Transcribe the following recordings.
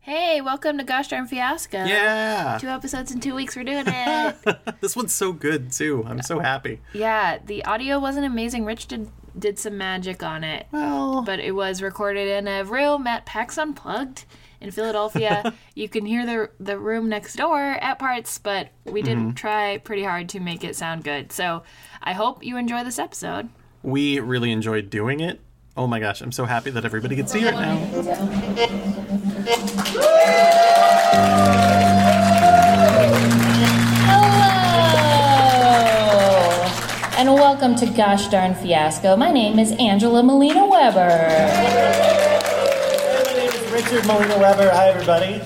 Hey, welcome to Gosh Darn Fiasco. Yeah. Two episodes in two weeks, we're doing it. this one's so good too. I'm so happy. yeah, the audio wasn't amazing. Rich did did some magic on it, Well, but it was recorded in a room at PAX Unplugged in Philadelphia. you can hear the the room next door at parts, but we did try pretty hard to make it sound good. So I hope you enjoy this episode. we really enjoyed doing it. Oh my gosh, I'm so happy that everybody gets to hear it now. Hello! And welcome to Gosh Darn Fiasco. My name is Angela Molina Weber. Hi, my name is Richard Molina Weber. Hi, everybody.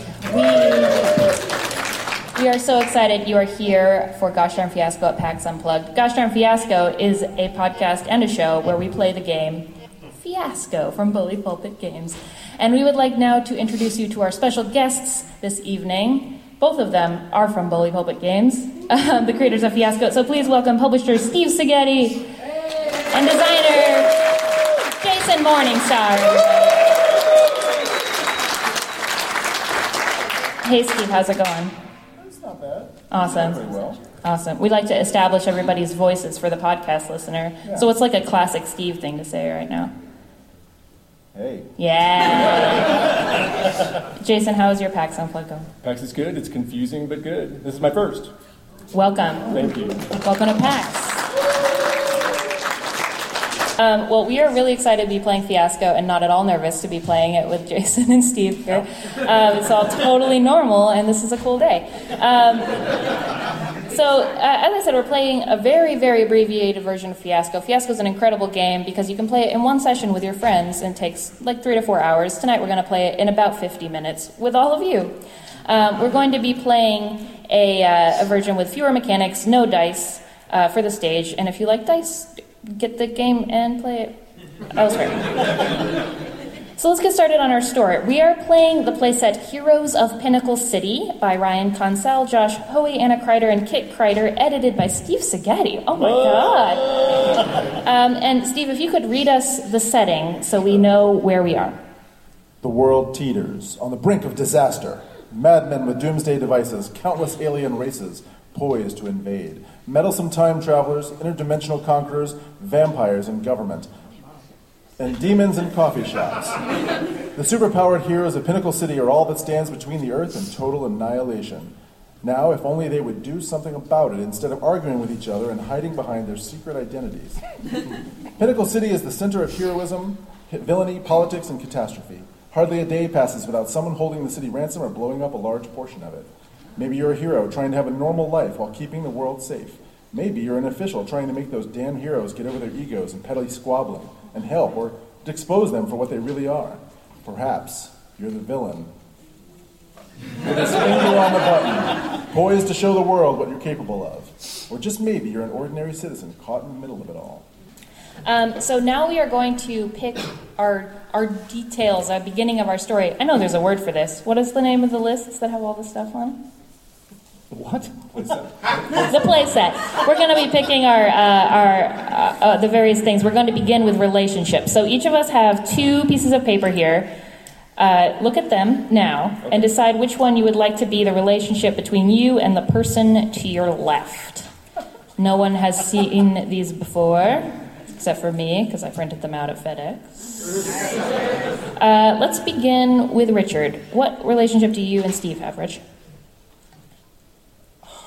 We are so excited you are here for Gosh Darn Fiasco at PAX Unplugged. Gosh Darn Fiasco is a podcast and a show where we play the game Fiasco from Bully Pulpit Games. And we would like now to introduce you to our special guests this evening. Both of them are from Bully Pulpit Games, the creators of Fiasco. So please welcome publisher Steve Seghetti and designer Jason Morningstar. Hey Steve, how's it going? That's not bad. Awesome. Very well. Awesome. We like to establish everybody's voices for the podcast listener. So it's like a classic Steve thing to say right now. Hey, Yeah. Jason, how is your PAX Unplugged going? PAX is good. It's confusing, but good. This is my first. Welcome. Thank you. Welcome to PAX. Um, well, we are really excited to be playing Fiasco and not at all nervous to be playing it with Jason and Steve here. Um, it's all totally normal, and this is a cool day. So, uh, as I said, we're playing a very, very abbreviated version of Fiasco. Fiasco is an incredible game because you can play it in one session with your friends and it takes like three to four hours. Tonight, we're going to play it in about 50 minutes with all of you. Um, we're going to be playing a, uh, a version with fewer mechanics, no dice uh, for the stage. And if you like dice, get the game and play it. Oh, sorry. So let's get started on our story. We are playing the playset Heroes of Pinnacle City by Ryan Consell, Josh Hoey, Anna Kreider, and Kit Kreider, edited by Steve Seghetti. Oh my god! Um, and Steve, if you could read us the setting so we know where we are. The world teeters on the brink of disaster. Madmen with doomsday devices, countless alien races poised to invade, meddlesome time travelers, interdimensional conquerors, vampires in government, and demons in coffee shops. The superpowered heroes of Pinnacle City are all that stands between the Earth and total annihilation. Now, if only they would do something about it instead of arguing with each other and hiding behind their secret identities. Pinnacle City is the center of heroism, villainy, politics, and catastrophe. Hardly a day passes without someone holding the city ransom or blowing up a large portion of it. Maybe you're a hero trying to have a normal life while keeping the world safe. Maybe you're an official trying to make those damn heroes get over their egos and petty squabbling and help or to expose them for what they really are. Perhaps you're the villain with his finger on the button, poised to show the world what you're capable of. Or just maybe you're an ordinary citizen caught in the middle of it all. Um, so now we are going to pick our our details, our beginning of our story. I know there's a word for this. What is the name of the lists that have all the stuff on? What? Wait a second. the playset. We're going to be picking our uh, our uh, uh, the various things. We're going to begin with relationships. So each of us have two pieces of paper here. Uh, look at them now and decide which one you would like to be the relationship between you and the person to your left. No one has seen these before, except for me, because I printed them out at FedEx. Uh, let's begin with Richard. What relationship do you and Steve have, Rich?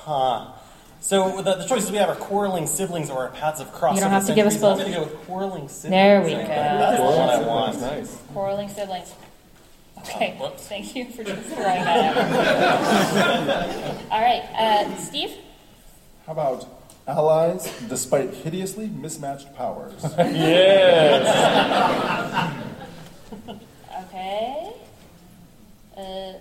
So the, the choices we have are quarreling siblings or our paths of cross. You don't have to give us both. I'm gonna go with quarreling siblings. There we I think. go. That's the one I want. Nice. Quarreling siblings. Okay. whoops. Thank you for just throwing that out. All right, uh, Steve. How about allies despite hideously mismatched powers? Okay. Uh,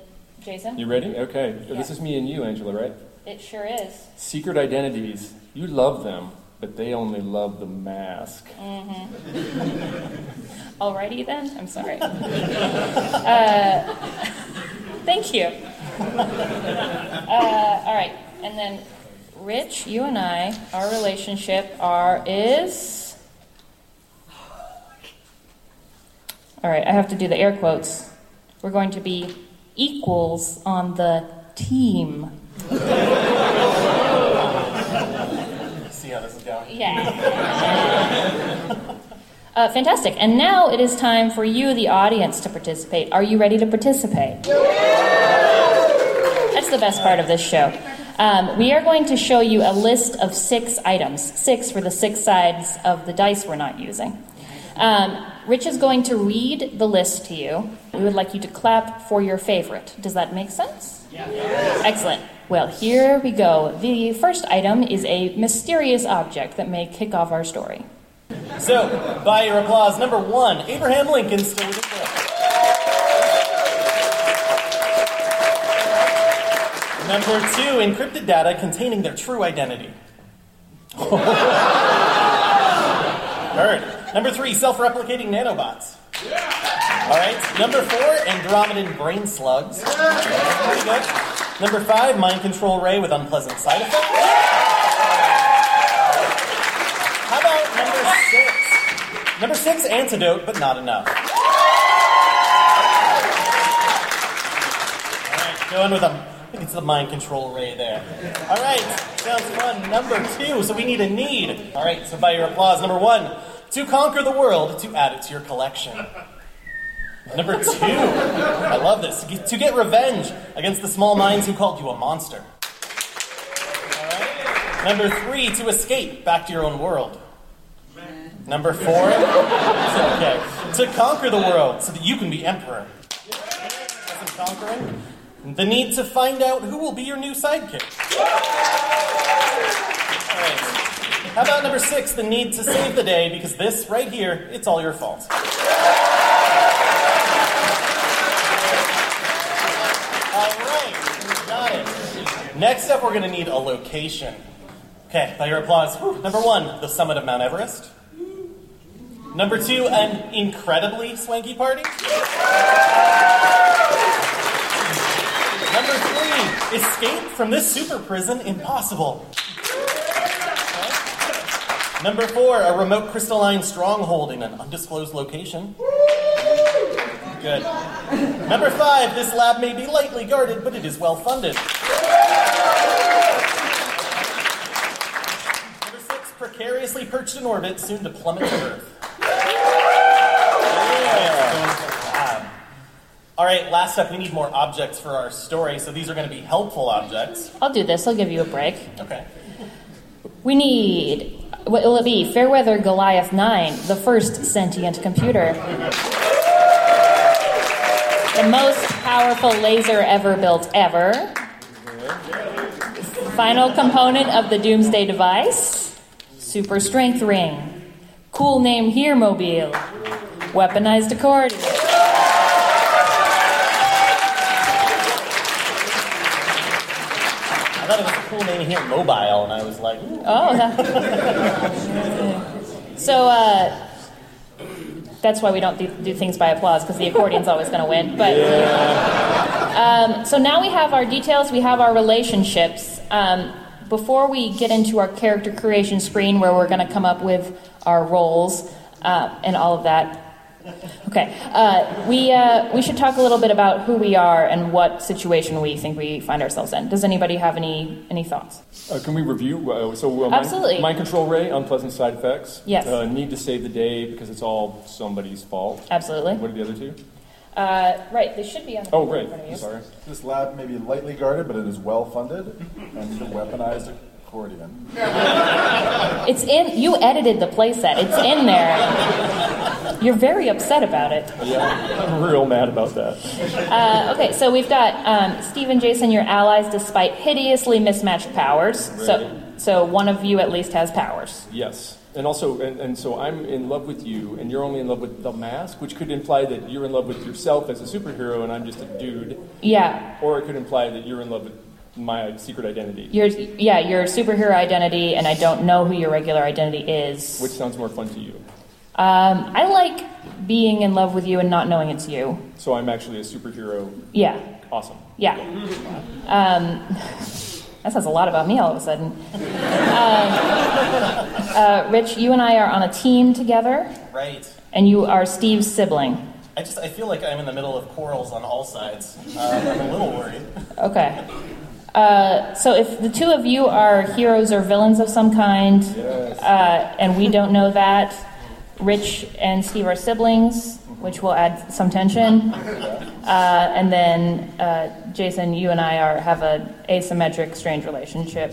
Jason. You ready? Okay. This is me and you, Angela, right? It sure is. Secret identities. You love them, but they only love the mask. Alrighty then. I'm sorry. uh, thank you. Uh, all right, and then Rich, you and I, our relationship are is. All right, I have to do the air quotes. We're going to be equals on the team. See how this is going. Yeah. Uh, fantastic. And now it is time for you, the audience, to participate. Are you ready to participate? That's the best part of this show. Um, we are going to show you a list of six items. Six for the six sides of the dice we're not using. Um, Rich is going to read the list to you. We would like you to clap for your favorite. Does that make sense? Excellent. Well, here we go. The first item is a mysterious object that may kick off our story. So, by your applause, number one, Abraham Lincoln still with us. Number two, encrypted data containing their true identity. Third. Number three, self-replicating nanobots. All right. Number four, Andromedan brain slugs. Pretty good. Number five, mind control ray with unpleasant side effects. How about number six? Number six, antidote, but not enough. All right, going with a, I think it's the mind control ray there. All right, sounds fun. Number two, so we need a need. All right, so by your applause, number one, to conquer the world, to add it to your collection. Number two, I love this, to get- to get revenge against the small minds who called you a monster. Number three, to escape back to your own world. Number four, okay, to conquer the world so that you can be emperor. That's some conquering. The need to find out who will be your new sidekick. All right. How about number six, the need to save the day because this right here, it's all your fault. All right, got it. Next up, we're going to need a location. Okay, by your applause. Whew. Number one, the summit of Mount Everest. Number two, an incredibly swanky party. Number three, escape from this super prison impossible. Okay. Number four, a remote crystalline stronghold in an undisclosed location. Good. Number five, this lab may be lightly guarded, but it is well funded. Number six, precariously perched in orbit, soon to plummet to Earth. Yeah. All right, last up, we need more objects for our story, so these are going to be helpful objects. I'll do this. I'll give you a break. Okay. We need. What will it be? Fairweather Goliath 9, the first sentient computer. The most powerful laser ever built, ever. Final component of the Doomsday device Super Strength Ring. Cool name here, Mobile. Weaponized accordion. I thought it was a cool name here, mobile, and I was like, ooh, Oh, that. so uh, that's why we don't do, do things by applause because the accordion's always going to win. But um, so now we have our details, we have our relationships. Um, before we get into our character creation screen, where we're going to come up with our roles uh, and all of that. Okay, uh, we uh, we should talk a little bit about who we are and what situation we think we find ourselves in. Does anybody have any any thoughts? Uh, can we review? Uh, so, uh, mind- Absolutely. Mind, control ray, unpleasant side effects. Yes. Uh, need to save the day because it's all somebody's fault. Absolutely. What are the other two? Uh, right, they should be on the Oh, right. right. in front of you. Sorry. This lab may be lightly guarded, but it is well funded and the weaponized accordion. It's in. You edited the playset. It's in there. You're very upset about it. Yeah, I'm real mad about that. Uh, okay, so we've got um, Steve and Jason, your allies, despite hideously mismatched powers. So, so one of you at least has powers. Yes. And also, and, and so I'm in love with you, and you're only in love with the mask, which could imply that you're in love with yourself as a superhero, and I'm just a dude. Yeah, Or it could imply that you're in love with my secret identity, your yeah your superhero identity, and I don't know who your regular identity is. which sounds more fun to you. Um, I like being in love with you and not knowing it's you. So I'm actually a superhero. Yeah, Awesome. Yeah. Um, that says a lot about me all of a sudden. Um, uh, Rich, you and I are on a team together, right. and you are Steve's sibling. I just I feel like I'm in the middle of quarrels on all sides. Uh, I'm a little worried. Okay. Uh, so if the two of you are heroes or villains of some kind, uh, and we don't know that, Rich and Steve are siblings, which will add some tension. Uh, and then uh, Jason, you and I are have an asymmetric, strange relationship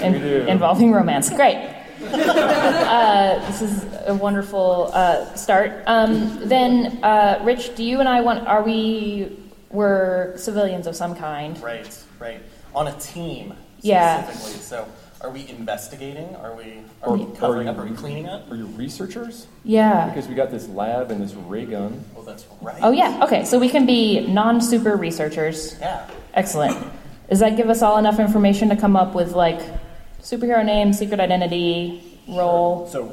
in- involving romance. Great. Uh, This is a wonderful uh, start. Um, then, uh, Rich, do you and I want? Are we? We're civilians of some kind. Right, right. On a team Yeah. specifically. So are we investigating? Are we are we covering up? Are we cleaning up? Are you researchers? Yeah. Because we got this lab and this ray gun. Well, that's right. Oh yeah. Okay. So we can be non-super researchers. Yeah. Excellent. Does that give us all enough information to come up with like superhero name, secret identity, role? So,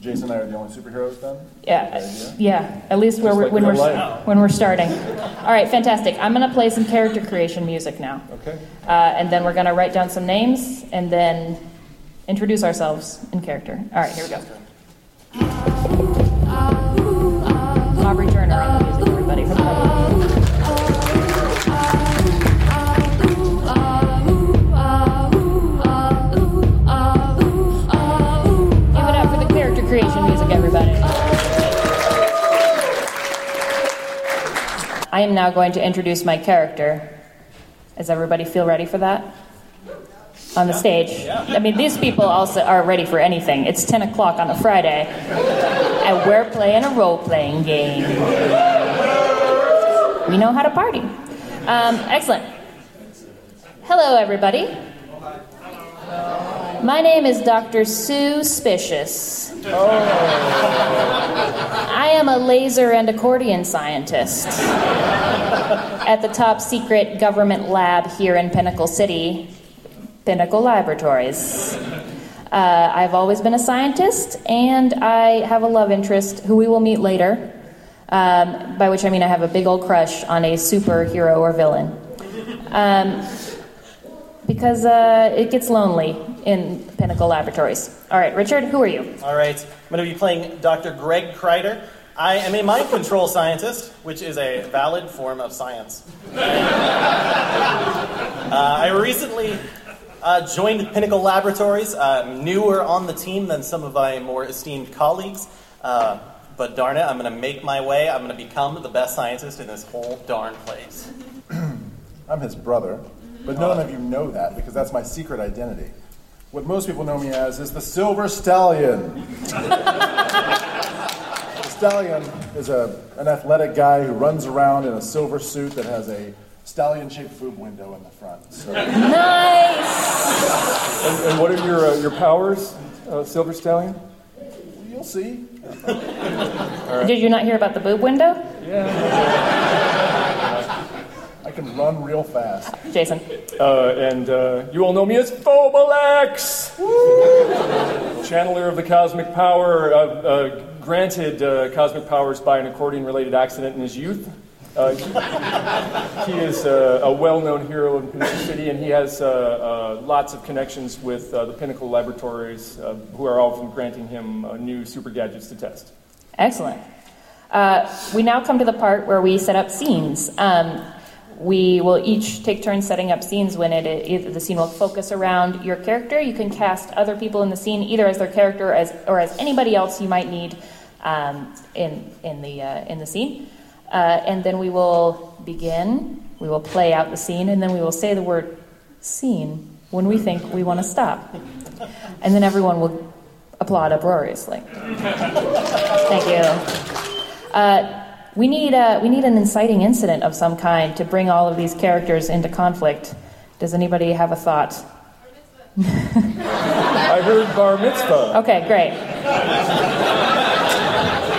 Jason and I are the only superheroes then? Yeah. Yeah. At least where we're, like when we're real life. when we're starting. All right. Fantastic. I'm gonna play some character creation music now. Okay. Uh, and then we're going to write down some names and then introduce ourselves in character. All right, here we go. Aubrey Turner on the music, everybody. for the record. Give it up for the character creation music, everybody. I am now going to introduce my character. Does everybody feel ready for that? On the stage. I mean, these people also are ready for anything. It's 10 o'clock on a Friday, and we're playing a role playing game. We know how to party. Um, excellent. Hello, everybody. My name is Dr. Sue Spicious. I am a laser and accordion scientist at the top secret government lab here in Pinnacle City, Pinnacle Laboratories. Uh, I've always been a scientist, and I have a love interest who we will meet later, um, by which I mean I have a big old crush on a superhero or villain. Um, because uh, it gets lonely in Pinnacle Laboratories. All right, Richard, who are you? All right. I'm going to be playing Dr. Greg Kreider. I am a mind control scientist, which is a valid form of science. Uh, I recently uh, joined Pinnacle Laboratories. I'm newer on the team than some of my more esteemed colleagues. Uh, but darn it, I'm going to make my way. I'm going to become the best scientist in this whole darn place. I'm his brother, but none of you know that because that's my secret identity. What most people know me as is the Silver Stallion. the Stallion is a, an athletic guy who runs around in a silver suit that has a stallion shaped boob window in the front. So, Nice! And, and what are your uh, your powers, uh, Silver Stallion? you'll see. Did you not hear about the boob window? I can run real fast. Jason. Uh, and uh, you all know me as Phobalex, channeler of the cosmic power, uh, uh, granted uh, cosmic powers by an accordion-related accident in his youth. Uh, he is uh, a well-known hero in Pinnacle City, and he has uh, uh, lots of connections with uh, the Pinnacle Laboratories, uh, who are often granting him uh, new super gadgets to test. Excellent. Uh, we now come to the part where we set up scenes. Um, we will each take turns setting up scenes when it, it either the scene will focus around your character. You can cast other people in the scene either as their character or as, or as anybody else you might need um, in in the uh, in the scene. Uh, and then we will begin. We will play out the scene, and then we will say the word "scene" when we think we want to stop, and then everyone will applaud uproariously. Thank you. Uh, we need uh, we need an inciting incident of some kind to bring all of these characters into conflict. Does anybody have a thought? I heard Bar Mitzvah. Okay, great.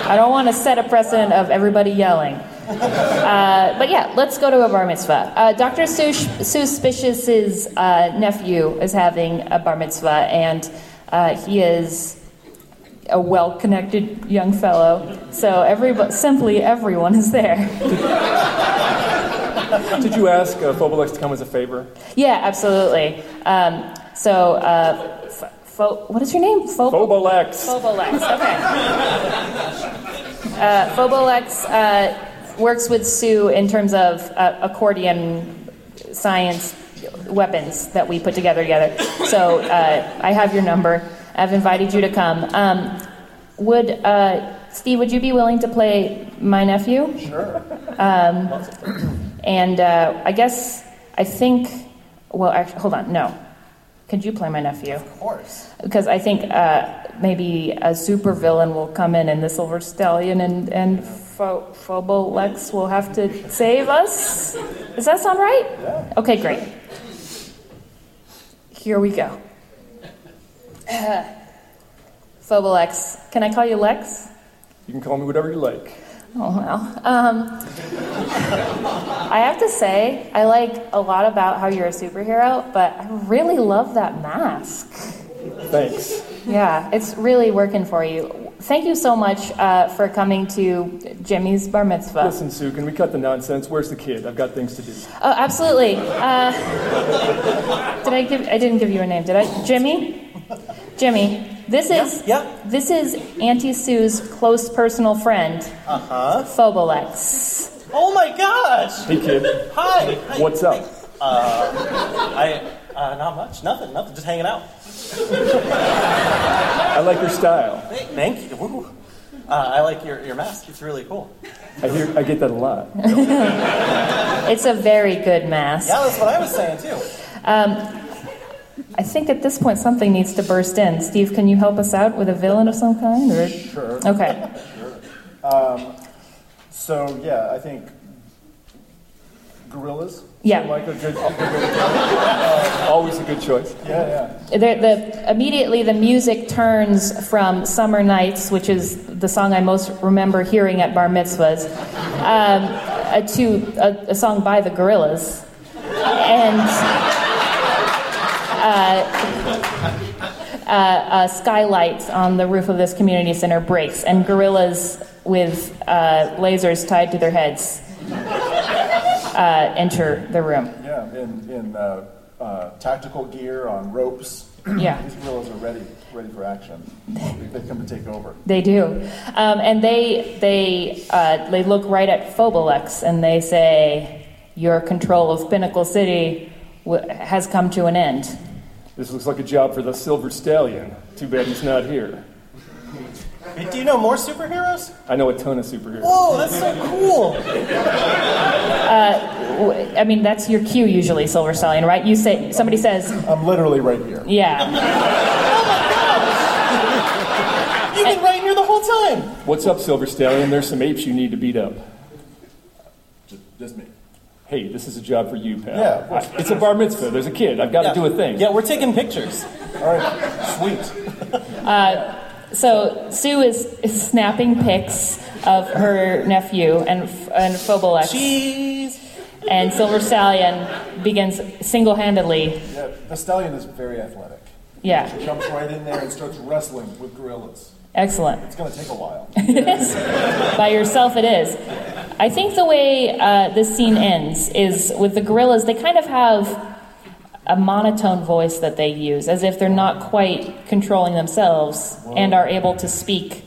I don't want to set a precedent of everybody yelling. Uh, but yeah, let's go to a bar mitzvah. Uh, Dr. Sush- Suspicious's uh, nephew is having a bar mitzvah, and uh, he is a well connected young fellow. So everybo- simply everyone is there. Did you ask uh, Phobalex to come as a favor? Yeah, absolutely. Um, so, uh, F- Fo- what is your name? Fo- Phobalex. Phobolex, okay. Uh, Phobolex uh, works with Sue in terms of uh, accordion science weapons that we put together together. So uh, I have your number. I've invited you to come. Um, would uh, Steve? Would you be willing to play my nephew? Sure. Um, and uh, I guess I think. Well, actually, hold on. No. Could you play my nephew? Of course. because I think uh, maybe a supervillain will come in and the Silver Stallion and and Pho- Phobolex will have to save us. Does that sound right? Okay, great. Here we go. Phobolex, can I call you Lex? You can call me whatever you like. Oh wow. Um, I have to say, I like a lot about how you're a superhero, but I really love that mask. Thanks. Yeah, it's really working for you. Thank you so much uh, for coming to Jimmy's bar mitzvah. Listen, Sue, can we cut the nonsense? Where's the kid? I've got things to do. Oh, absolutely. Uh, did I give? I didn't give you a name, did I? Jimmy. Jimmy. This is yeah. this is Auntie Sue's close personal friend, uh huh, Phobolex. Oh my gosh! Hey, kid, Hi. Hi. what's up? I uh, not much. Nothing. Nothing. Just hanging out. I like your style. Hey, thank you. Woo. Uh, I like your, your mask. It's really cool. I hear I get that a lot. It's a very good mask. Yeah, that's what I was saying too. I think at this point something needs to burst in. Steve, can you help us out with a villain of some kind? Or? Sure. Okay. So yeah, I think gorillas. Yeah. Like a good. Always a good choice. Yeah, yeah. The, the, immediately, the music turns from Summer Nights, which is the song I most remember hearing at bar mitzvahs, um, uh, to a, a song by the Gorillas. And uh, uh, uh, skylights on the roof of this community center breaks, and gorillas with uh, lasers tied to their heads uh, enter the room. Yeah, in, in uh, uh, tactical gear on ropes. Yeah. These gorillas are ready, ready for action. They come to take over. They do, um, and they they uh, they look right at Phobolex and they say, "Your control of Pinnacle City w- has come to an end." This looks like a job for the Silver Stallion. Too bad he's not here. Do you know more superheroes? I know a ton of superheroes. Whoa, that's so cool. W- I mean, that's your cue usually, Silver Stallion, right? You say somebody says, I'm literally right here. "Yeah, You've been right here the whole time. What's up, Silver Stallion? There's some apes you need to beat up. Just, just me. Hey, this is a job for you, pal. Yeah, of course. I- it's a bar mitzvah. There's a kid. I've got to do a thing. Yeah, we're taking pictures. All right. Sweet. so Sue is, is snapping pics of her nephew and F- and Phobolex, Jeez. and Silver Stallion begins single-handedly, Yeah, the stallion is very athletic. yeah, He jumps right in there and starts wrestling with gorillas. excellent." It's going to take a while. It is. By yourself, it is. I think the way uh, this scene ends is with the gorillas, they kind of have a monotone voice that they use, as if they're not quite controlling themselves and are able to speak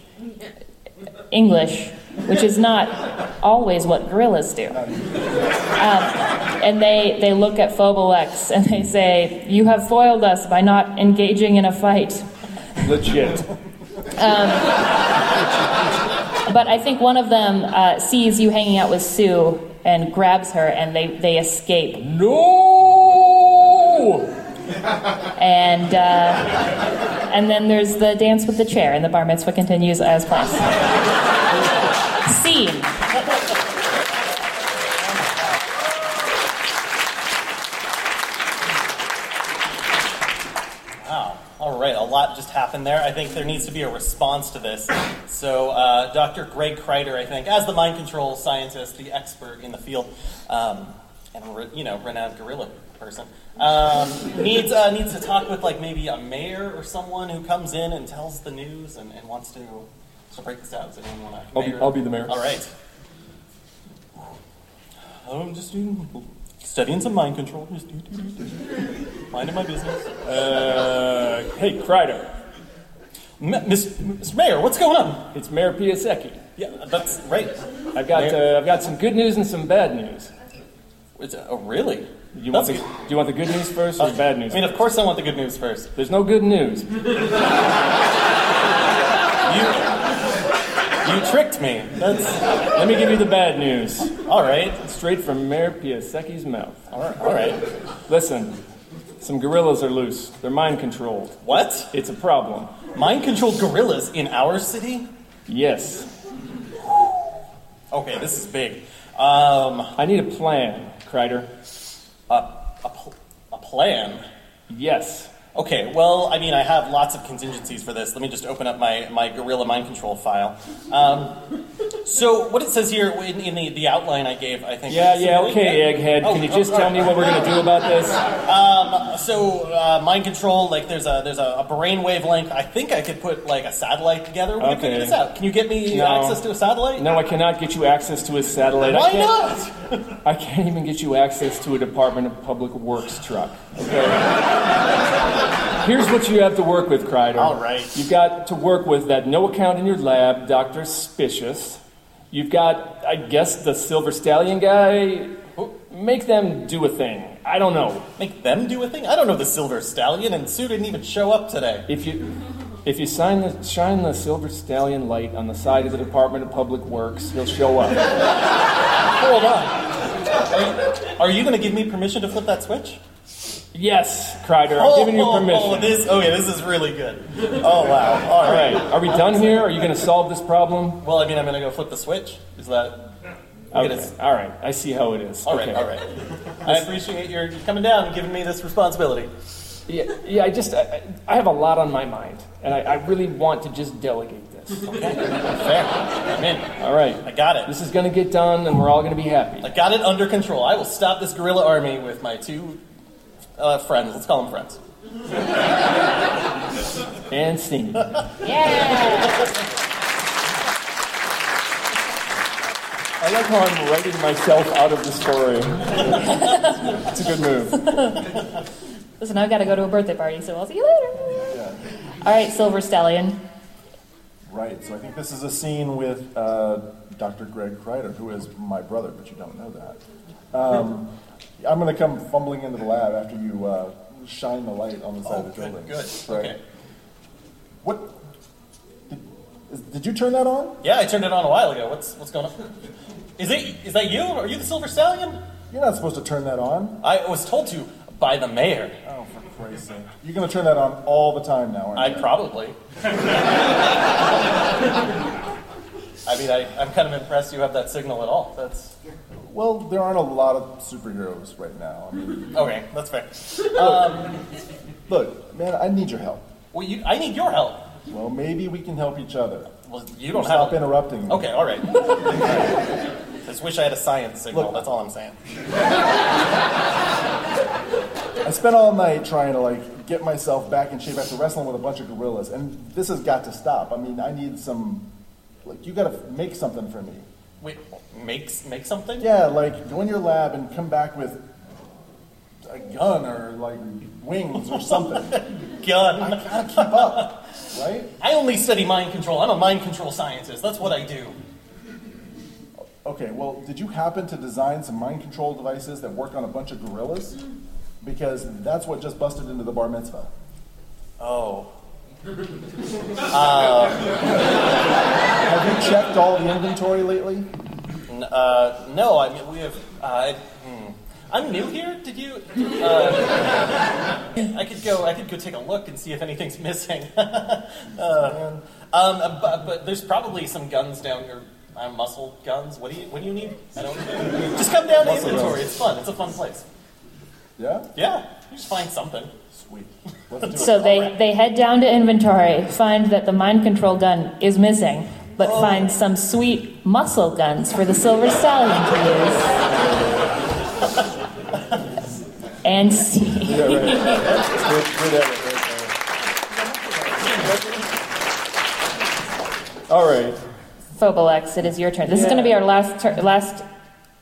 English, which is not always what gorillas do. Um, and they, they look at Phobolex and they say, You have foiled us by not engaging in a fight. Legit. But I think one of them uh, sees you hanging out with Sue and grabs her, and they, they escape. No! And uh, and then there's the dance with the chair, and the bar mitzvah continues as planned. Scene. Wow. All right, a lot just happened there. I think there needs to be a response to this. So, uh, Dr. Greg Kreider, I think, as the mind control scientist, the expert in the field, um, and re- you know, renowned gorilla person, um, needs uh, needs to talk with like maybe a mayor or someone who comes in and tells the news and, and wants to to break this out. Does anyone want to? I'll be- I'll be the mayor. All right. I'm just doing, studying some mind control. Just do, do, do, do. minding my business. Uh, hey, Kreider. M- Miss- Mr. Mayor, what's going on? It's Mayor Piasecki. Yeah, that's right. I've got, uh, I've got some good news and some bad news. It's, oh, really? You want the, That's do you want the good news first or the bad news? I mean, of course I want the good news first. There's no good news. You tricked me. That's Let me give you the bad news. all right. Straight from Mayor Piasecki's mouth. All right. All right. Listen, some gorillas are loose. They're mind controlled. What? It's a problem. Mind-controlled gorillas in our city? Yes. Okay, this is big. Um, I need a plan, Kreider. a, a, pl- a plan. Yes. Okay, well, I mean, I have lots of contingencies for this. Let me just open up my, my gorilla mind control file. Um, so, what it says here in, in the, the outline I gave, I think. Yeah, yeah, okay, Egghead. Oh, Can you oh, just oh, tell me what we're going to do about this? Um, so, uh, mind control, like, there's a there's a, a brain wavelength. I think I could put, like, a satellite together. We can figure Okay. this out. Can you get me No. access to a satellite? No, I cannot get you access to a satellite. I Why can't, not? I can't even get you access to a Department of Public Works truck. Okay. Here's what you have to work with, Kreider. All right. You've got to work with that no account in your lab, Dr. Spicious. You've got, I guess, the Silver Stallion guy. Make them do a thing. I don't know. Make them do a thing? I don't know the Silver Stallion, and Sue didn't even show up today. If you, if you sign the, shine the Silver Stallion light on the side of the Department of Public Works, he'll show up. Hold on. Are, are you going to give me permission to flip that switch? Yes, Kreider, I'm giving you Oh, oh, permission. Oh, this, okay, this is really good. Oh, wow. All All right. right, are we done here? Are you going to solve this problem? Well, I mean, I'm going to go flip the switch. Is that. Okay. Okay. All right, I see how it is. All right, okay. all right. I appreciate your you coming down and giving me this responsibility. Yeah, yeah I just, I, I I have a lot on my mind, and I, I really want to just delegate this. Fair. I'm in. All right. I got it. This is going to get done, and we're all going to be happy. I got it under control. I will stop this guerrilla army with my two uh, friends. Let's call them friends. And scene. I like how I'm writing myself out of the story. it's a good move. Listen, I've got to go to a birthday party, so I'll see you later. All right, Silver Stallion. Right, so I think this is a scene with uh, Dr. Greg Kreider, who is my brother, but you don't know that. Um, I'm going to come fumbling into the lab after you uh, shine the light on the side of the good, building. good. Right. Okay. What? Did, is, did you turn that on? Yeah, I turned it on a while ago. What's what's going on? Is it is that you? Are you the Silver Stallion? You're not supposed to turn that on. I was told to by the mayor. Oh, for Christ's sake. You're going to turn that on all the time now, aren't I you? probably. I mean, I, I'm kind of impressed you have that signal at all. That's Well, there aren't a lot of superheroes right now. I mean, okay. That's fair. look, man, I need your help. Well, you, I need your help. Well, maybe we can help each other. Well, you don't Stop have. interrupting. me. Okay, all right. Just wish I had a science signal. Look. That's all I'm saying. I spent all night trying to like get myself back in shape after wrestling with a bunch of gorillas, and this has got to stop. I mean, I need some. Like, you got to make something for me. Wait, make make something? Yeah, like go in your lab and come back with a gun or like wings or something. Gun. I gotta keep up, right? I only study mind control. I'm a mind control scientist. That's what I do. Okay, well, did you happen to design some mind control devices that work on a bunch of gorillas? Because that's what just busted into the bar mitzvah. Oh. Uh, Have you checked all the inventory lately? N- uh, no, I mean, we have. Uh, hmm. I'm new here. Did you? Uh, I could go. I could go take a look and see if anything's missing. uh, um, but, but there's probably some guns down here. Uh, muscle guns. What do you? What do you need? I don't. Just come down to inventory. It's fun. It's a fun place. Yeah? Yeah, you just find something. Sweet. Let's do it. So they, they head down to inventory, find that the mind control gun is missing, but find some sweet muscle guns for the Silver Stallion to use. and see. Yeah, right. Good- good edit right there. All right. Phobalex, it is your turn. This is going to be our last tur last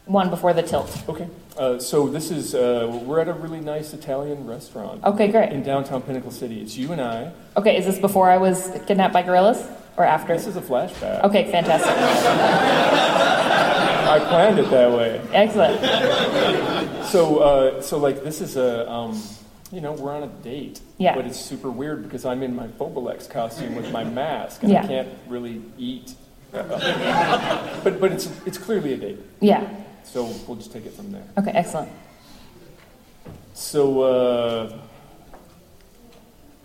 one before the tilt. Okay. Uh, so this is uh, we're at a really nice Italian restaurant Okay, great. in downtown Pinnacle City. It's you and I. Okay, is this before I was kidnapped by gorillas? or after? This is a flashback. Okay, fantastic. I planned it that way. Excellent. So, uh, so like this is a, um, you know, we're on a date. Yeah. But it's super weird because I'm in my Bobalex costume with my mask and Yeah. I can't really eat. but but it's it's clearly a date. Yeah. So we'll just take it from there. Okay, excellent. So, uh,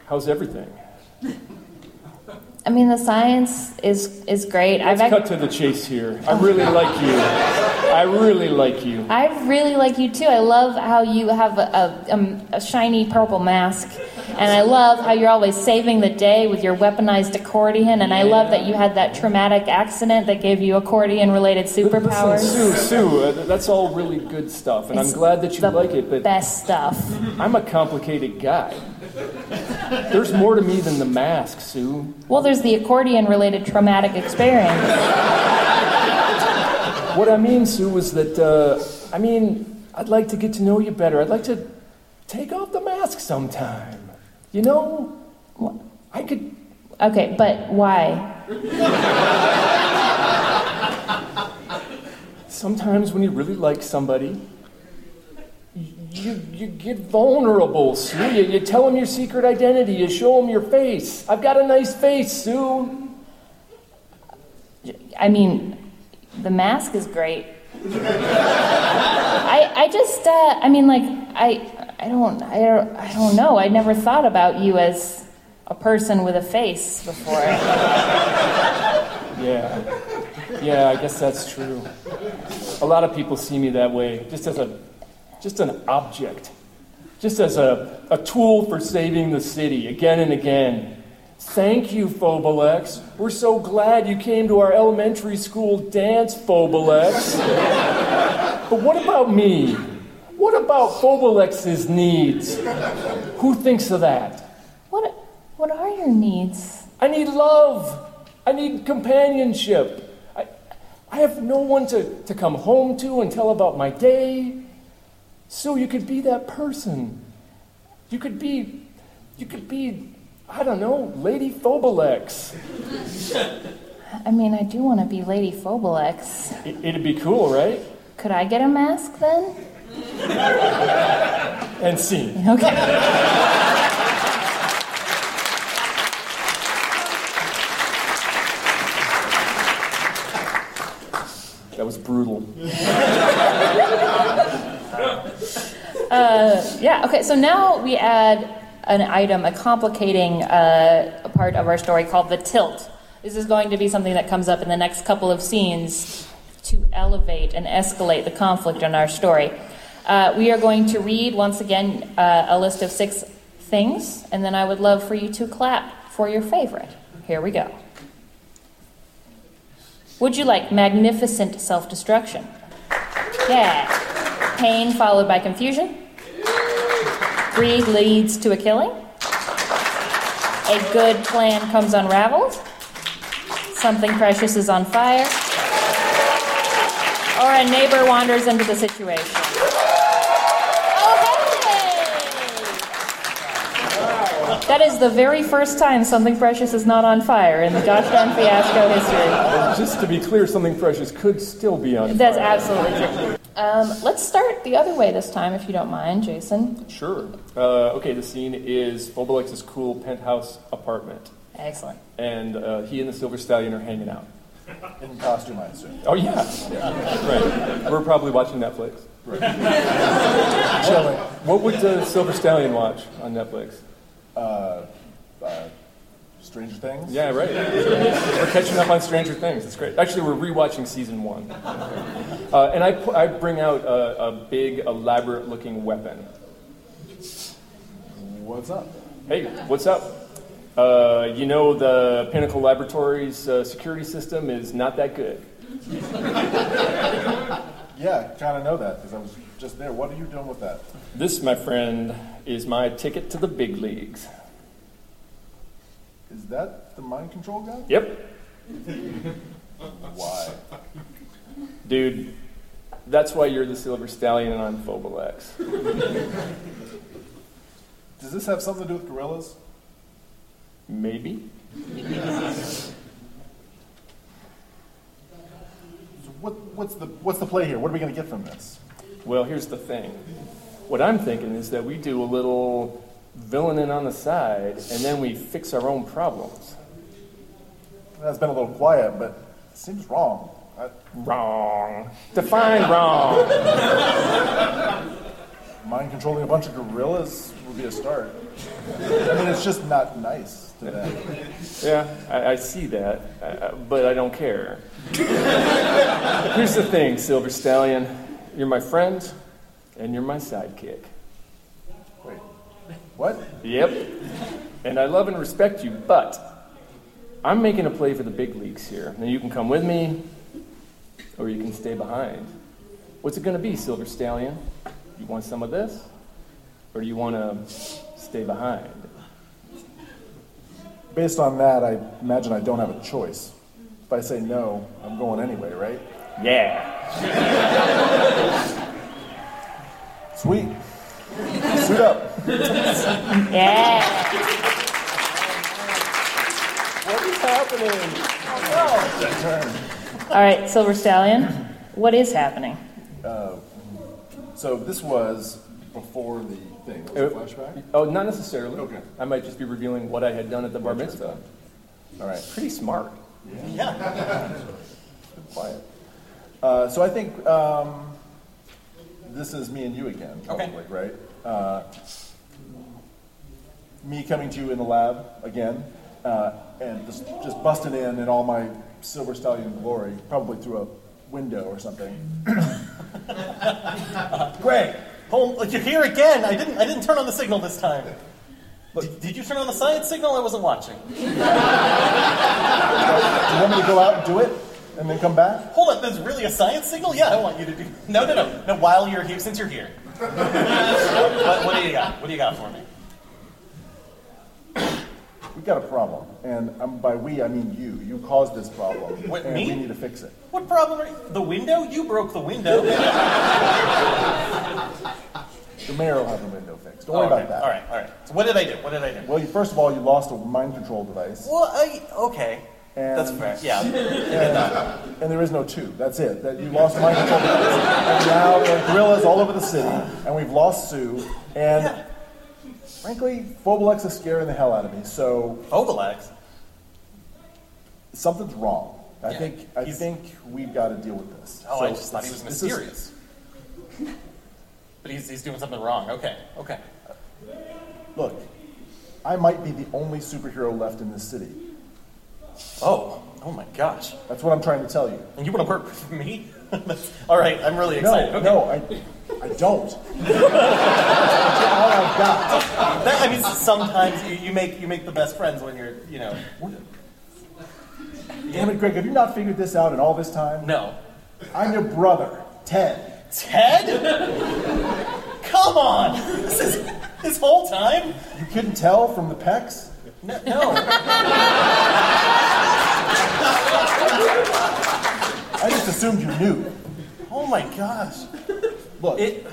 how's everything? I mean, the science is is great. I've Let's ac- cut to the chase here. I really like you. I really like you. I really like you too. I love how you have a, a, um, a shiny purple mask, and I love how you're always saving the day with your weaponized accordion. And I love that you had that traumatic accident that gave you accordion-related superpowers. Sue, Sue, uh, th- that's all really good stuff, and I'm It's glad that you the like it, but Best stuff. I'm a complicated guy. There's more to me than the mask, Sue. Well, there's the accordion-related traumatic experience. What I mean, Sue, is that, uh, I mean, I'd like to get to know you better. I'd like to take off the mask sometime. You know, I could. Okay, but why? Sometimes when you really like somebody, you, you get vulnerable, Sue. You, you tell them your secret identity, you show them your face. I've got a nice face, Sue. I mean, the mask is great. I, I just uh, I mean like I I don't I don't I don't know. I never thought about you as a person with a face before. Yeah. Yeah, I guess that's true. A lot of people see me that way, just as a just an object. Just as a, a tool for saving the city again and again. Thank you, Phobalex. We're so glad you came to our elementary school dance, Phobalex. but what about me? What about Phobalex's needs? Who thinks of that? What what are your needs? I need love. I need companionship. I, I have no one to, to come home to and tell about my day. So you could be that person. You could be, you could be, I don't know, Lady Phobalex. I mean, I do want to be Lady Phobalex. It, it'd be cool, right? Could I get a mask then? And see. Okay. That was brutal. Yeah. Okay. So now we add an item, a complicating uh, part of our story called the tilt. This is going to be something that comes up in the next couple of scenes to elevate and escalate the conflict in our story. Uh, we are going to read once again uh, a list of six things, and then I would love for you to clap for your favorite. Here we go. Would you like magnificent self destruction? Yeah. Pain followed by confusion. Greed leads to a killing. A good plan comes unraveled. Something precious is on fire. Or a neighbor wanders into the situation. Oh, hey! That is the very first time something precious is not on fire in the Josh Dunn fiasco history. Just to be clear, something precious could still be on. That's absolutely true. Um, let's start the other way this time, if you don't mind, Jason. Sure. Uh, okay, the scene is Phobalex's cool penthouse apartment, Excellent. and uh, he and the Silver Stallion are hanging out. In costume, I assume. Oh yeah, right. We're probably watching Netflix. Chilling. What would uh, Silver Stallion watch on Netflix? Stranger Things? Yeah, right. we're catching up on Stranger Things. It's great. Actually, we're rewatching season one, uh, and I, pu- I bring out a, a big, elaborate-looking weapon. What's up? Hey, what's up? Uh, you know the Pinnacle Laboratories uh, security system is not that good. Yeah, kind of know that because I was just there. What are you doing with that? This, my friend, is my ticket to the big leagues. Is that the mind control guy? Yep, Why? Dude, that's why you're the Silver Stallion and I'm Phobalex. Does this have something to do with gorillas? Maybe? what's the what's the play here? What are we going to get from this? Well, here's the thing. What I'm thinking is that we do a little villaining on the side, and then we fix our own problems. It's been a little quiet, but it seems wrong. I, Wrong. Define wrong. mind controlling a bunch of gorillas would be a start. I mean, it's just not nice to them. Yeah, I, I see that, uh, but I don't care. Here's the thing, Silver Stallion. You're my friend, and you're my sidekick. Wait, what? Yep. And I love and respect you, but I'm making a play for the big leagues here. Now you can come with me, or you can stay behind. What's it going to be, Silver Stallion? You want some of this, or do you want to stay behind? Based on that, I imagine I don't have a choice. If I say no, I'm going anyway, right? Yeah. Sweet. Suit up. Yeah. What is happening? All right, Silver Stallion, what is happening? So this was before the thing. Was it a flashback? Oh, not necessarily. Okay. I might just be revealing what I had done at the bar mitzvah. All right. Pretty smart. quiet. Uh, so I think um, this is me and you again, probably, right? Uh, me coming to you in the lab again, uh, and just, just busting in in all my silver stallion glory, probably through a window or something. Greg, home, like you're here again. I didn't, I didn't turn on the signal this time. Did, did you turn on the science signal? I wasn't watching. Do you want me to go out and do it, and then come back? Hold up, there's really a science signal? Yeah, I want you to do. No, no, no, no. While you're here, since you're here, what, what do you got? What do you got for me? We got a problem, and um, by we I mean you. You caused this problem, What, and me? we need to fix it. What problem are you? The window? You broke the window. The mayor will have the window fixed. Don't All worry right, about that. Oh, all right, all right. So what did I do? What did I do? Well, you, first of all, you lost a mind control device. Well, I okay. That's And- fair. Yeah. and there is no two. That's it. That you lost Michael. Jordan. and now there are gorillas all over the city, and we've lost Sue. And frankly, Phobalex is scaring the hell out of me. So Obelix. something's wrong. I Yeah. think I He's- think we've got to deal with this. Oh, so I just thought he this- was this is- mysterious. but he's, he's doing something wrong. Okay, okay. look, I might be the only superhero left in this city. Oh, oh my gosh. That's what I'm trying to tell you. And you want to work with me? All right, I'm really No, excited. okay. no, I, I don't. That's all I've got. That- I mean, sometimes you, you make you make the best friends when you're, you know. Damn it, Greg, have you not figured this out in all this time? No. I'm your brother, Ted. Ted? Come on! This is this whole time? You couldn't tell from the pecs? No. no. I just assumed you knew. Oh my gosh. Look, It.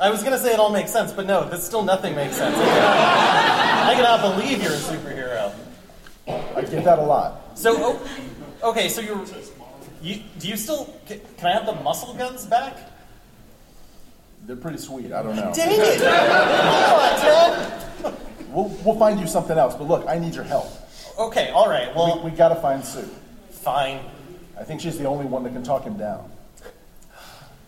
I was gonna say it all makes sense, but no, that's still nothing makes sense. I cannot believe you're a superhero. I get that a lot. So, oh, okay, so you're. You, do you still. Can, can I have the muscle guns back? They're pretty sweet. I don't know. Dang it! Come on, Ted! We'll, we'll find you something else. But look, I need your help. Okay, alright, well, We, we gotta find Sue. fine. I think she's the only one that can talk him down.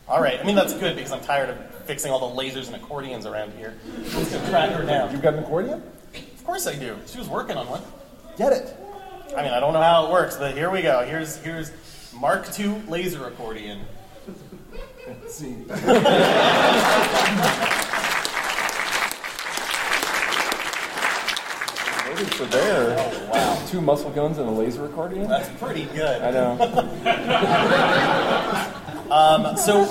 Alright, I mean, that's good because I'm tired of fixing all the lasers and accordions around here. Just gonna track her down. You got an accordion? Of course I do. She was working on one. Get it. I mean, I don't know how it works, but here we go. Here's here's Mark II laser accordion. See. Waiting for there. Oh, wow. Two muscle guns and a laser accordion. That's pretty good. I know. Uh, So.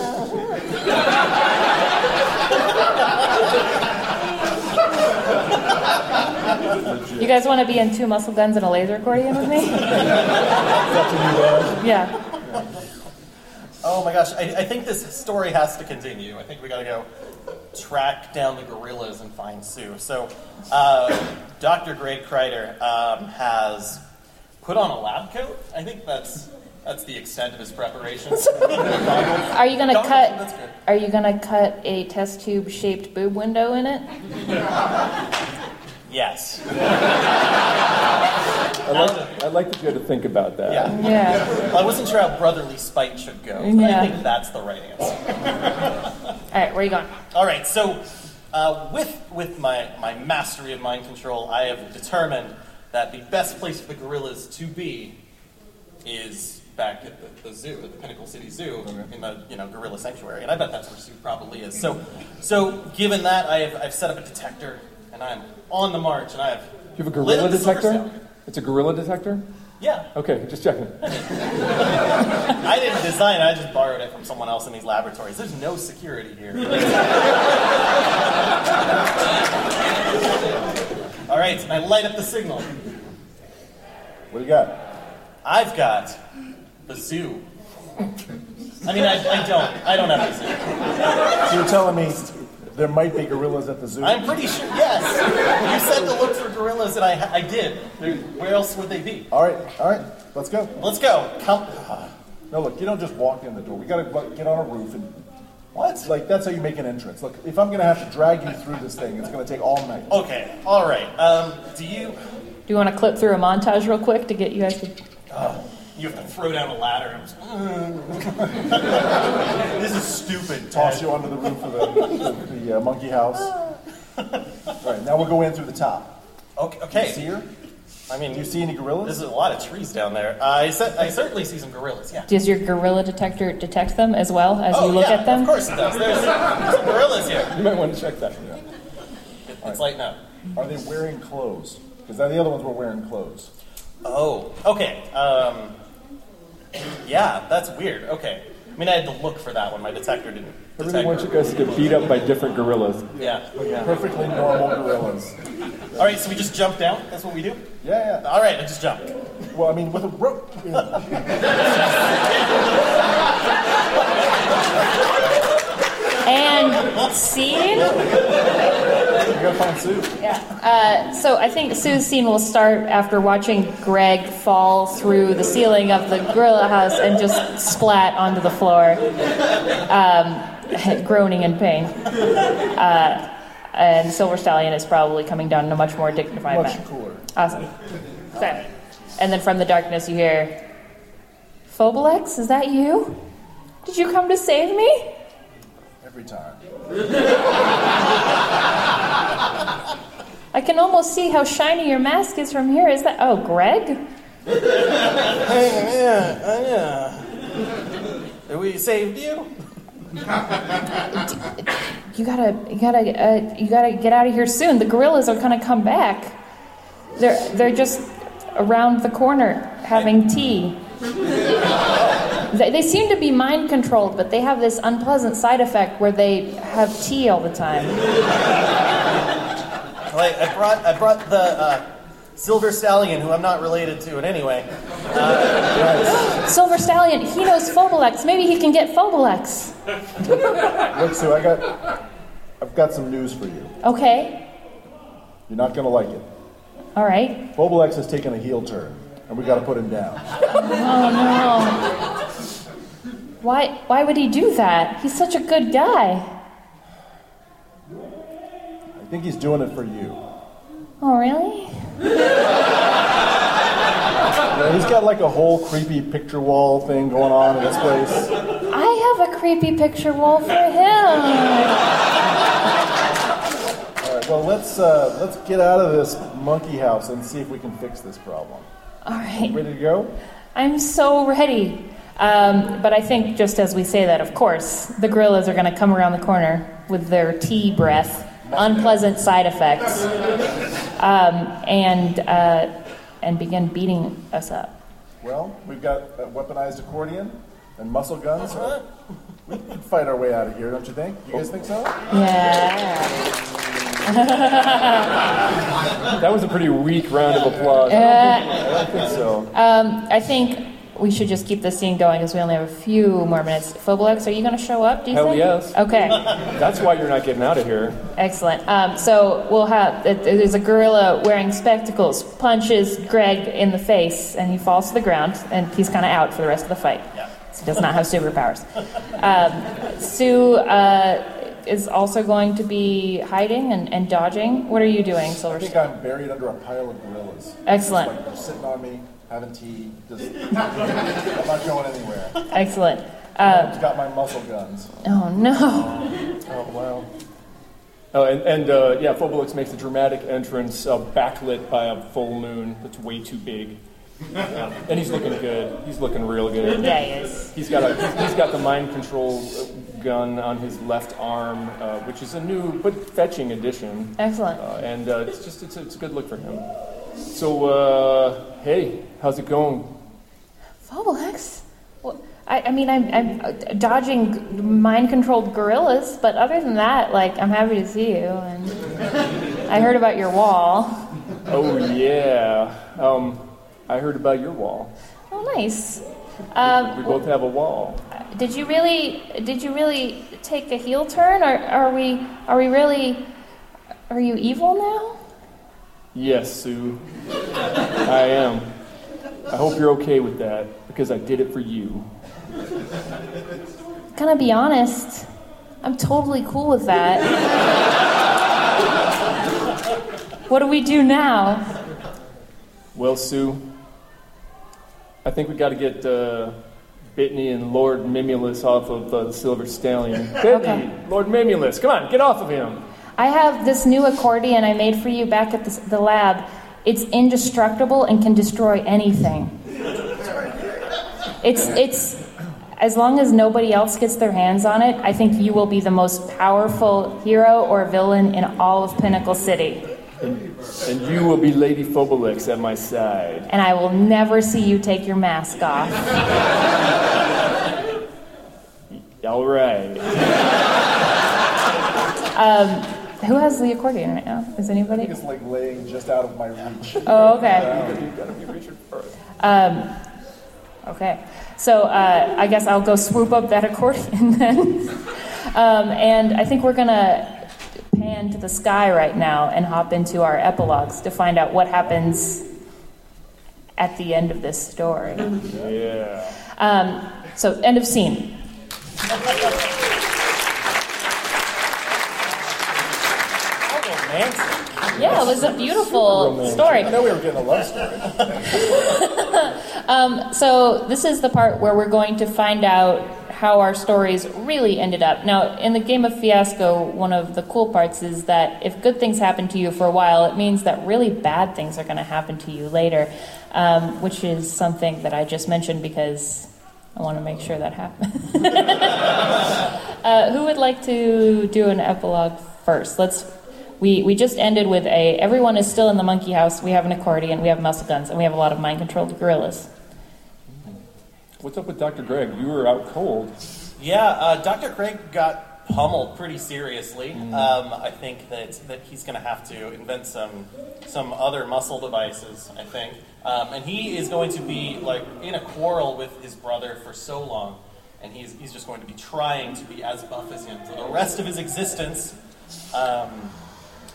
You guys want to be in two muscle guns and a laser accordion with me? yeah. Oh my gosh, I, I think this story has to continue. I think we gotta go track down the gorillas and find Sue. So, uh, Dr. Greg Kreider um, has put on a lab coat. I think that's That's the extent of his preparation. Are you gonna Donald, cut? that's good. Are you gonna cut a test tube shaped boob window in it? yes. I'd like to you to think about that. Yeah. Yeah. Well, I wasn't sure how brotherly spite should go, but Yeah. I think that's the right answer. All right, where are you going? All right, so uh, with with my my mastery of mind control, I have determined that the best place for the gorillas to be is back at the, the zoo, at the Pinnacle City Zoo, in the you know gorilla sanctuary, and I bet that's where Sue probably is. So, so given that, I have I've set up a detector, and I'm on the march, and I have You have a lit gorilla up the Silver detector? Stallion. It's a gorilla detector? Yeah, Okay, just checking. I didn't design it, I just borrowed it from someone else in these laboratories. There's no security here. All right, and I light up the signal. What do you got? I've got the zoo. I mean, I, I don't. I don't have the zoo. So you're telling me there might be gorillas at the zoo? I'm pretty sure, yes. You said to look for gorillas, and I, I did. There- Where else would they be? All right, all right, let's go. Let's go. Come. No, look, you don't just walk in the door. We gotta like, get on a roof and. What? Like, that's how you make an entrance. Look, if I'm gonna have to drag you through this thing, it's gonna take all night. Okay, all right. Um, do you. Do you want to clip through a montage real quick to get you guys to? You have to throw down a ladder. I'm just, this is stupid. Toss you onto the roof of the, the, the uh, monkey house. All right, now we'll go in through the top. Okay. You see okay. her? I mean, Do you see any There's gorillas? a lot of trees down there. Uh, I, cer- I certainly see some gorillas. Yeah. Does your gorilla detector detect them as well as oh you look yeah, at them? of course it does. There's some gorillas here. You might want to check that. It- It's lighting up. Are they wearing clothes? Because the other ones were wearing clothes. Oh. Okay. Um. Yeah, that's weird. Okay. I mean, I had to look for that one. My detector didn't. I Detect really want you guys to get beat up by different gorillas. Yeah. Perfectly normal gorillas. All right. So we just jump down. That's what we do. Yeah, yeah. All right. I just jump. Well, I mean, with a rope. And scene. You gotta find Sue. Uh, So I think Sue's scene will start after watching Greg fall through the ceiling of the gorilla house and just splat onto the floor, um, groaning in pain. Uh, and Silver Stallion is probably coming down in a much more dignified Much manner. cooler. Awesome. So, and then from the darkness you hear, Phobalex, is that you? Did you come to save me? Every time. I can almost see how shiny your mask is from here. Is that oh, Greg? Yeah. oh, Yeah. We saved you. You gotta, you gotta, uh, you gotta get out of here soon. The gorillas are gonna come back. They're they're just around the corner having tea. they, they seem to be mind controlled, but they have this unpleasant side effect where they have tea all the time. Well, I, I brought I brought the uh, silver stallion, who I'm not related to in any way. Silver Stallion, he knows Phobalex. Maybe he can get Phobalex. Look, Sue, I got, I've got some news for you. Okay, You're not gonna like it. all right. Bobalex has taken a heel turn, and we gotta put him down. Oh no. Why why would he do that? He's such a good guy. I think he's doing it for you. Oh really? Yeah, he's got like a whole creepy picture wall thing going on in this place. I have a creepy picture wall for him. All right, well, let's uh, let's get out of this monkey house and see if we can fix this problem. All right, Ready to go? I'm so ready. Um, but I think just as we say that, of course, the gorillas are going to come around the corner with their tea breath, unpleasant side effects, um, and uh, and begin beating us up. Well, we've got a weaponized accordion and muscle guns. We can fight our way out of here, don't you think? You guys think so? Yeah. That was a pretty weak round of applause. I think so. I think we should just keep this scene going because we only have a few more minutes. Phoblex, are you going to show up? Do you Hell think? yes. Okay, That's why you're not getting out of here. excellent. Um, so we'll have it- it- there's a gorilla wearing spectacles punches Greg in the face and he falls to the ground and he's kind of out for the rest of the fight. He does not have superpowers. Um, Sue uh, is also going to be hiding and, and dodging. What are you doing, I think Silverstone? I'm buried under a pile of gorillas. Excellent. Just, like, they're sitting on me, having tea. Just, I'm not going anywhere. Excellent. I've got my muscle guns. Oh no. Oh wow. Oh, and, and uh, yeah, Phobelix makes a dramatic entrance, uh, backlit by a full moon that's way too big. Um, and he's looking good. He's looking real good. Yeah, he is. He's got a, he's got the mind control uh, gun on his left arm, uh, which is a new but fetching addition. Excellent. Uh, and uh, it's just it's, it's a good look for him. So uh, hey, how's it going? Phoblex? Well, I, I mean, I'm, I'm uh, dodging g- mind-controlled gorillas, but other than that, like, I'm happy to see you. And I heard about your wall. Oh yeah. Um, I heard about your wall. Oh, nice. We Um, both have a wall. did you really? Did you really take a heel turn, or are we? Are we really? Are you evil now? Yes, Sue. I am. I hope you're okay with that because I did it for you. Gonna be honest, I'm totally cool with that. what do we do now? Well, Sue, I think we got to get uh, Bitney and Lord Mimulus off of uh, the Silver Stallion. Bitney, Lord Mimulus, come on, get off of him. I have this new accordion I made for you back at the, the lab. It's indestructible and can destroy anything. It's it's as long as nobody else gets their hands on it, I think you will be the most powerful hero or villain in all of Pinnacle City, And you will be Lady Phobelix at my side. and I will never see you take your mask off. All right. Who has the accordion right now? Is anybody? It's like laying just out of my reach. Oh, okay. Um, You've got to be Richard first. Okay. So uh, I guess I'll go swoop up that accordion then. um, and I think we're going to pan to the sky right now and hop into our epilogues to find out what happens at the end of this story. Yeah. Um, so, end of scene. romantic. Yeah, it was a beautiful story. I know we were getting a love story. So this is the part where we're going to find out how our stories really ended up. Now, in the game of Fiasco, one of the cool parts is that if good things happen to you for a while, it means that really bad things are going to happen to you later, um, which is something that I just mentioned because I want to make sure that happens. uh, who would like to do an epilogue first? Let's. We, we just ended with a everyone is still in the monkey house. We have an accordion, we have muscle guns, and we have a lot of mind controlled gorillas. What's up with Dr. Greg? You were out cold. Yeah, uh, Dr. Craig got pummeled pretty seriously. Um, I think that, that he's going to have to invent some some other muscle devices. I think, um, and he is going to be like in a quarrel with his brother for so long, and he's he's just going to be trying to be as buff as him for the rest of his existence. Um,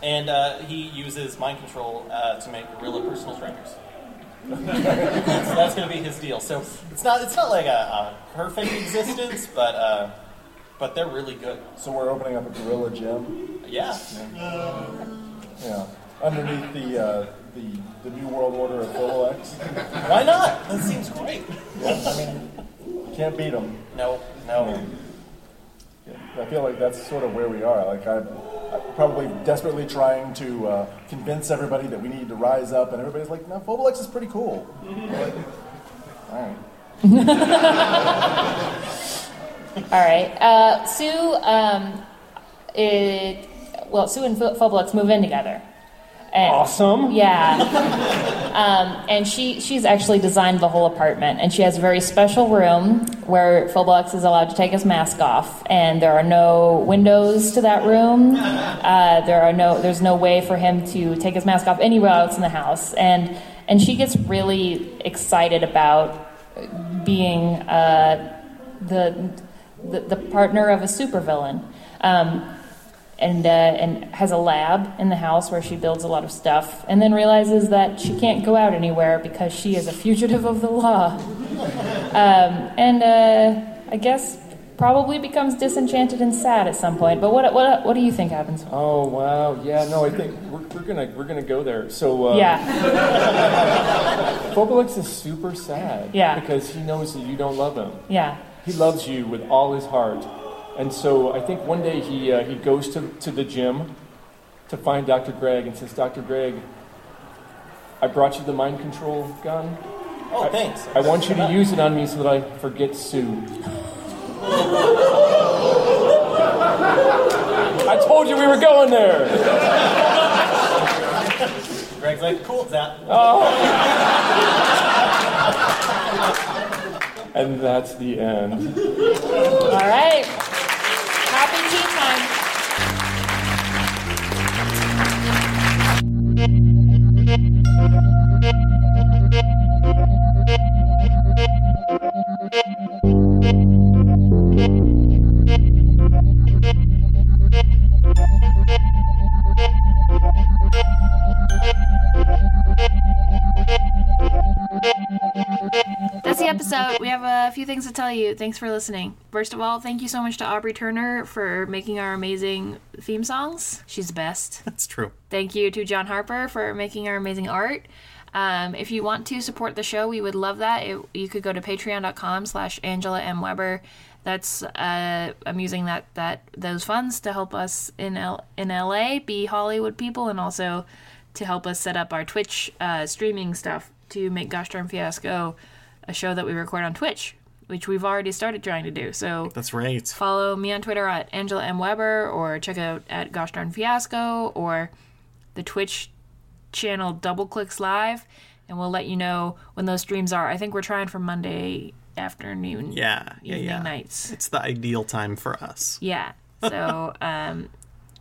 and uh, he uses mind control uh, to make gorilla personal trainers. So that's going to be his deal. So it's not it's not like a, a perfect existence, but uh, but they're really good. So we're opening up a gorilla gym. Yeah, Yeah. Underneath the uh, the, the New World Order of Philolex. why not? That seems great. Can't beat them. No, no. I feel like that's sort of where we are. Like I'm, I'm probably desperately trying to uh, convince everybody that we need to rise up, and everybody's like, "No, Phobalex is pretty cool." Like, all right. All right. Uh, Sue, um, it, well, Sue and Pho- Phoblex move in together. And, Awesome. Yeah. um, and she, she's actually designed the whole apartment, and she has a very special room where Phoblex is allowed to take his mask off, and there are no windows to that room. Uh, there are no, there's no way for him to take his mask off anywhere else in the house, and and she gets really excited about being uh, the, the the partner of a supervillain, um, and uh, and has a lab in the house where she builds a lot of stuff, and then realizes that she can't go out anywhere because she is a fugitive of the law, um, and uh, I guess probably becomes disenchanted and sad at some point. But what what what do you think happens? Oh wow, yeah, no, I think we're, we're gonna we're gonna go there. So uh, Yeah, Fobalix is super sad. Yeah. Because he knows that you don't love him. yeah, He loves you with all his heart, and so I think one day he uh, he goes to to the gym to find Dr. Greg and says, Dr. Greg, I brought you the mind control gun. Oh, thanks. I want you to use it on me so that I forget Sue. I told you we were going there. Greg's like, cool, that. And that's the end. all right. Happy tea time. That's the episode. We have a few things to tell you. Thanks for listening. First of all, thank you so much to Aubrey Turner for making our amazing theme songs. She's the best. That's true. Thank you to John Harper for making our amazing art. Um, if you want to support the show, we would love that. It, you could go to patreon.com slash Angela M. Weber. That's uh, I'm using that that those funds to help us in L- in LA be Hollywood people and also to help us set up our Twitch uh, streaming stuff to make Gosh Darn Fiasco a show that we record on Twitch, which we've already started trying to do. So That's right. follow me on Twitter at Angela M. Weber or check out at Gosh Darn Fiasco or the Twitch channel Double Clicks Live, and we'll let you know when those streams are. I think we're trying for Monday afternoon. Yeah, yeah, Evening yeah. nights. It's the ideal time for us. Yeah. So um,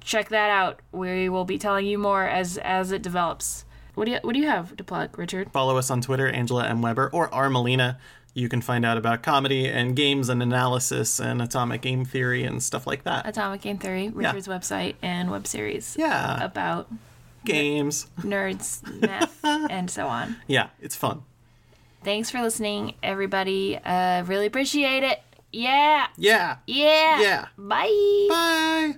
check that out. We will be telling you more as as it develops. What do you What do you have to plug, Richard? Follow us on Twitter, Angela M. Weber or R. Molina. You can find out about comedy and games and analysis and atomic game theory and stuff like that. Atomic Game Theory, Richard's website and web series Yeah, about games. nerds, math, and so on. Yeah, it's fun. Thanks for listening, everybody. Uh, really appreciate it. Yeah. E Yeah. Yeah. Yeah. Bye. Bye.